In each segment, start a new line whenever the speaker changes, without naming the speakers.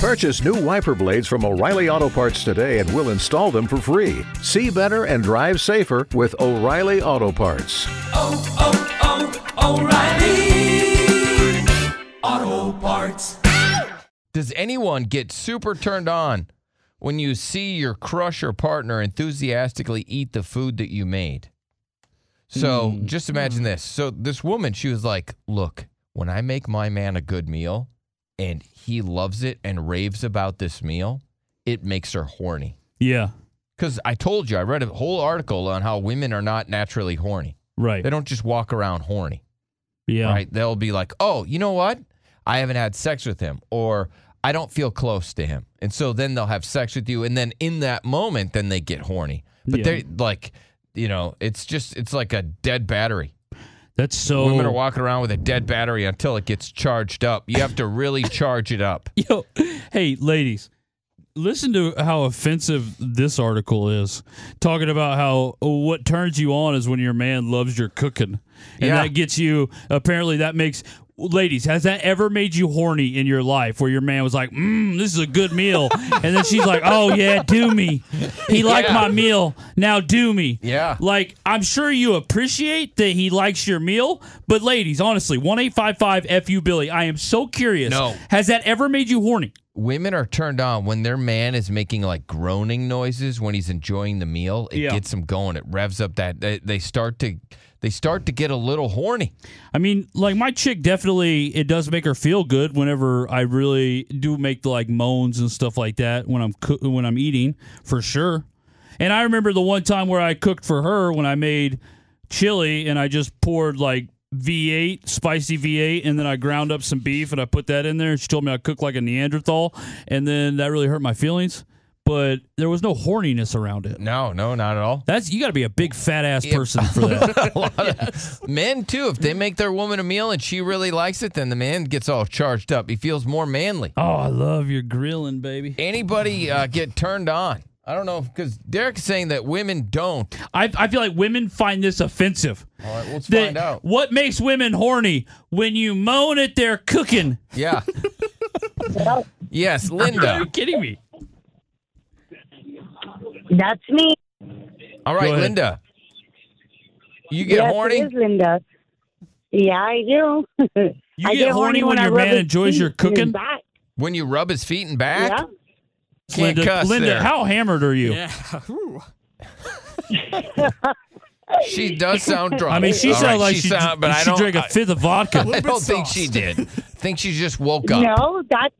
Purchase new wiper blades from O'Reilly Auto Parts today and we'll install them for free. See better and drive safer with O'Reilly Auto Parts.
oh, oh, O'Reilly Auto Parts.
Does anyone get super turned on when you see your crush or partner enthusiastically eat the food that you made? So just imagine this. So this woman, she was like, Look, when I make my man a good meal and he loves it and raves about this meal, it makes her horny.
Yeah.
Because I told you, I read a whole article on how women are not naturally horny.
Right.
They don't just walk around horny
yeah.
right? They'll be like, oh, you know what? I haven't had sex with him, or I don't feel close to him. And so then they'll have sex with you. And then in that moment, then they get horny. But
Yeah.
they're like, you know, it's just, it's like a dead battery.
That's so.
Women are walking around with a dead battery until it gets charged up. You have to really charge it up.
Yo, hey, ladies, listen to how offensive this article is. Talking about how oh, what turns you on is when your man loves your cooking. And
Yeah.
that gets you, apparently, that makes. Ladies, has that ever made you horny in your life where your man was like, mmm, this is a good meal? and then she's like, oh, yeah, do me. He liked
Yeah.
my meal. Now do me.
Yeah.
Like, I'm sure you appreciate that he likes your meal, but ladies, honestly, 1 855 FU Billy, I am so curious.
No.
Has that ever made you horny?
Women are turned on when their man is making like groaning noises when he's enjoying the meal. It
Yeah.
gets them going. It revs up that they, they start to they start to get a little horny.
I mean, like my chick definitely it does make her feel good whenever I really do make like moans and stuff like that when I'm coo- when I'm eating for sure. And I remember the one time where I cooked for her when I made chili and I just poured like V8 spicy V8 and then I ground up some beef and I put that in there. She told me I cooked like a Neanderthal and then that really hurt my feelings, but there was no horniness around it.
No, no, not at all.
That's you got to be a big fat ass person for that.
a lot of- men too. If they make their woman a meal and she really likes it, then the man gets all charged up. He feels more manly.
oh, I love your grilling, baby.
Anybody uh, get turned on? I don't know because Derek's saying that women don't.
I, I feel like women find this offensive.
All right, let's
That-
find out.
What makes women horny when you moan at their cooking?
Yeah. yes, Linda.
Are you kidding me?
That's me.
All right,
Go ahead.
Linda. You get
yes,
horny.
It is Linda. Yeah, I do.
You
I
get horny when your
I rub
man
his
enjoys your
feet and his
cooking?
back.
When you rub his feet and back,
Yeah.
can't
Linda,
cuss
Linda
there.
how hammered are you?
she does sound drunk.
I mean, she
All
sounds
right,
like
she,
she,
sound, but I
she
don't,
drank a
I-
fifth of vodka.
I don't think she did. I think she just woke up.
No, that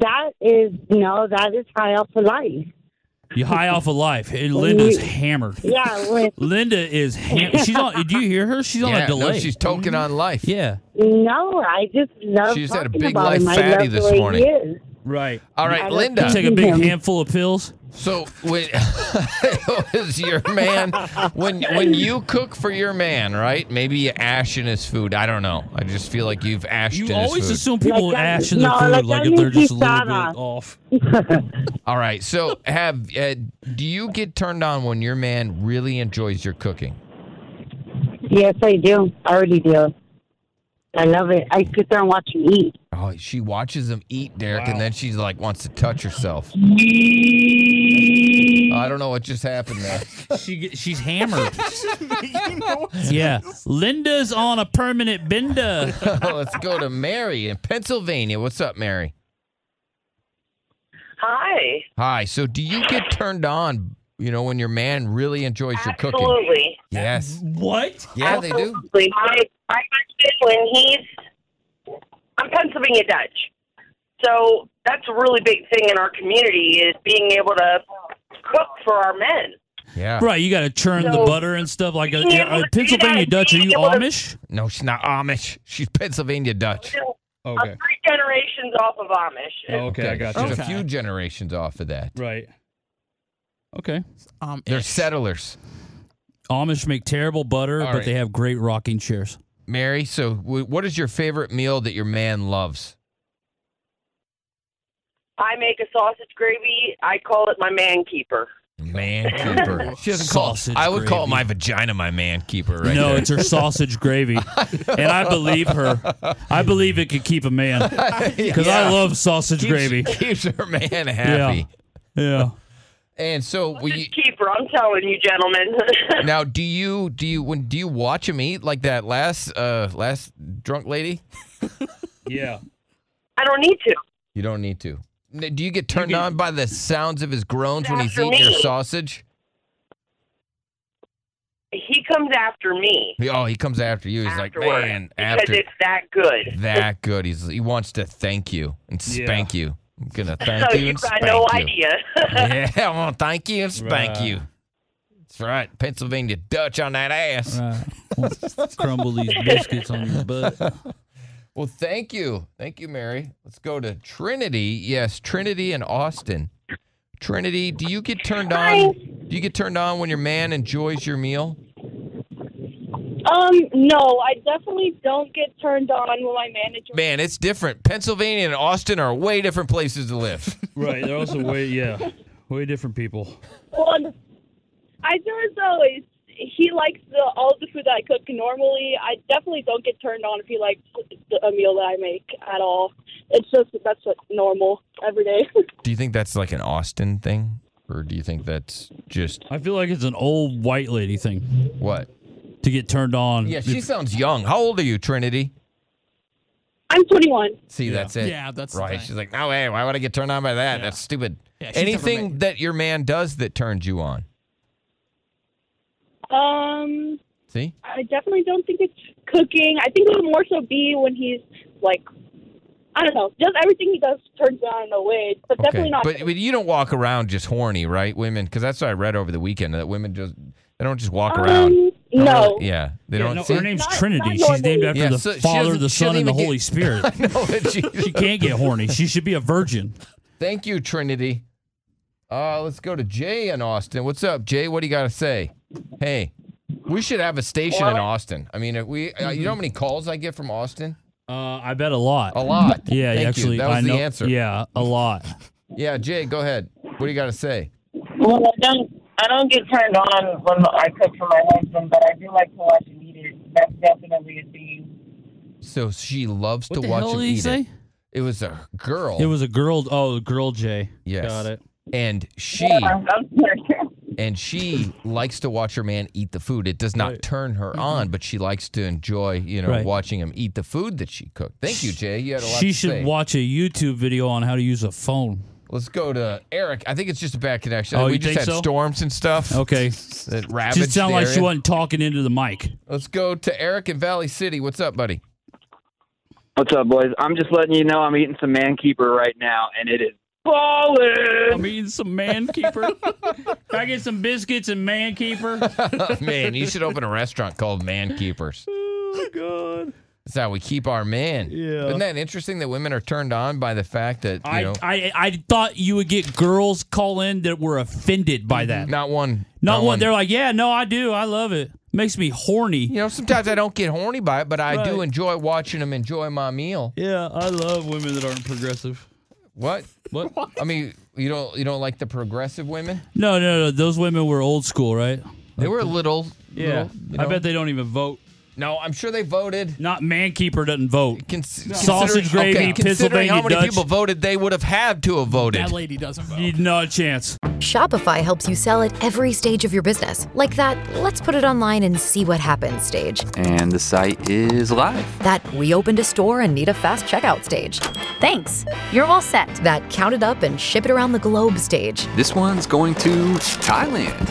that is no, that is high up for life.
you high off of life. And Linda's hammered.
Yeah, when,
Linda is hammered. She's on. Do you hear her? She's on
Yeah,
a delay. Mm-hmm.
no, she's token on life.
yeah.
no, I just love.
She's had a
talking
big
about
life
him. I
fatty
love the
this
way he
morning.
is.
Right.
All right,
I don't
Linda.
think-
Take a big
Him.
handful of pills.
So when was your man when when you cook for your man, right? Maybe you ash in his food. I don't know. I just feel like you've ashed
You
in
always
his food.
assume people
Like that-
ash in their
no,
food,
like
like,
that
if they're
means
just a little bit
pisada.
off.
All right. So have uh, do you get turned on when your man really enjoys your cooking?
Yes, I do. I already do. I love it. I sit there and watch him eat.
Oh, she watches him eat, Derek, and then she's like wants to touch herself. I don't know what just happened there.
She get- she's hammered. yeah, Linda's on a permanent bender.
Let's go to Mary in Pennsylvania. What's up, Mary?
Hi.
Hi. So do you get turned on, you know, when your man really enjoys your cooking?
Absolutely.
Yes.
What?
Yeah, they do.
Absolutely. My, my husband, when he's, I'm Pennsylvania Dutch. So that's a really big thing in our community is being able to cook for our men.
Yeah.
Right, you got to churn the
So-
butter and stuff like a,
Yeah,
a
but
Pennsylvania
yeah,
Dutch. Are you
yeah, but-
Amish?
No, she's not Amish. She's Pennsylvania Dutch.
I'm three generations off of Amish.
Oh. There's a few generations off of that.
Right. Okay.
Um,
They're settlers.
Amish make terrible butter,
All
but
right.
they have great rocking chairs.
Mary, so w- what is your favorite meal that your man loves?
I make a sausage gravy. I call it my man keeper.
Man keeper. She doesn't call.
Sausage
I would call
gravy.
my vagina my man keeper. Right
no,
there.
it's her sausage gravy, and I believe her. I believe it could keep a man because I love sausage
keeps,
gravy.
keeps her man happy.
Yeah,
And so we
Just keep her. I'm telling you, gentlemen.
now do you do you when do you watch him eat like that last uh last drunk lady?
yeah.
I don't need to.
You don't need to. N- Do you get turned on by the sounds of his groans when he's
After
eating your
me.
sausage?
He comes after me.
He- Oh, he comes after you. He's
afterward
like, man,
because
after
it's that good.
that good. He's he wants to thank you and
Yeah.
spank you. I'm gonna thank
so
you
you've
and
got
spank
no
you.
idea.
yeah, I'm gonna thank you and spank
Right.
you. That's right, Pennsylvania Dutch on that ass.
crumble these biscuits on your butt.
Well, thank you, thank you, Mary. Let's go to Trinity. Yes, Trinity and Austin. Trinity, do you get turned on? Do you get turned on when your man enjoys your meal?
Um, no, I definitely don't get turned on when my manager.
Man, it's different. Pennsylvania and Austin are way different places to live.
Right, they're also way yeah, way different people.
Well, I just always he likes the all the food that I cook normally. I definitely don't get turned on if he likes the, a meal that I make at all. It's just that's what normal every day.
Do you think that's like an Austin thing, or do you think that's just
I feel like it's an old white lady thing
what?
to get turned on.
Yeah, she sounds young. How old are you, Trinity?
I'm 21.
See, that's it.
Yeah, that's the
right.
thing.
She's like, no way. Why would I get turned on by that? That's stupid.
Yeah, she's never
Anything
made-
that your man does that turns you on.
Um,
See,
I definitely don't think it's cooking. I think it would more so be when he's like, I don't know, just everything he does turns me on in a way, but definitely not.
But, but you don't walk around just horny, right, women? Because that's what I read over the weekend. That women just they don't just walk around.
um,
Don't
no.
really- yeah, they
Yeah,
don't.
no,
see?
her name's
Not-
Trinity.
not
She's named
normally.
after
Yeah,
the
so she
Father,
doesn't-
the
she doesn't
Son, and the
even get-
Holy Spirit.
No, she-
she can't get horny. She should be a virgin.
Thank you, Trinity. Uh, let's go to Jay in Austin. What's up, Jay? What do you got to say? Hey, we should have a station in Austin. I mean, if we uh, you know how many calls I get from Austin?
Uh, I bet a lot.
A lot.
Yeah,
Thank you.
actually,
that was
I
the
know.
answer.
Yeah, a lot.
yeah, Jay, go ahead. What do you got to say?
Well, I don't, I don't get turned on when I cook for my husband, but I do like to watch him eat it. That's definitely a thing.
So she loves to watch him eat it. It was a girl.
It was a girl. Oh, girl J.
Yes.
Got it.
and she
I'm, I'm sorry.
and she likes to watch her man eat the food. It does not
Right.
turn her on, but she likes to enjoy, you know,
Right.
watching him eat the food that she cooked. Thank you, Jay. You had a lot
She
to
should
say.
watch a YouTube video on how to use a phone.
Let's go to Eric. I think it's just a bad connection.
Oh,
we
you
just
think
had
so?
storms and stuff
Okay.
that ravaged
She sounded
the
like she
area.
wasn't talking into the mic.
Let's go to Eric in Valley City. What's up, buddy?
What's up, boys? I'm just letting you know I'm eating some man keeper right now, and it is
I'm eating some man keeper. Can I get some biscuits and man keeper?
Oh, man, you should open a restaurant called Man Keepers.
Oh God.
That's how we keep our man.
Yeah.
Isn't that interesting that women are turned on by the fact that you
I,
know
I I thought you would get girls call in that were offended by that.
not one
Not one. They're like, yeah, no, I do. I love it. Makes me horny.
you know, sometimes I don't get horny by it, but I do
Right.
enjoy watching them enjoy my meal.
Yeah, I love women that aren't progressive.
What?
What?
I mean, you don't you don't like the progressive women?
No, no, no. Those women were old school, right?
They were little. little, you
I
know.
bet they don't even vote.
No, I'm sure they voted.
Not mankeeper doesn't vote.
Cons- considering-
Sausage gravy,
okay, considering how
Pennsylvania
many
Dutch.
people voted, they would have had to have voted.
That lady doesn't vote.
You not a chance.
Shopify helps you sell at every stage of your business. Like that, let's put it online and see what happens stage.
and the site is live.
That we opened a store and need a fast checkout stage.
Thanks. You're all set.
That count it up and ship it around the globe stage.
This one's going to Thailand.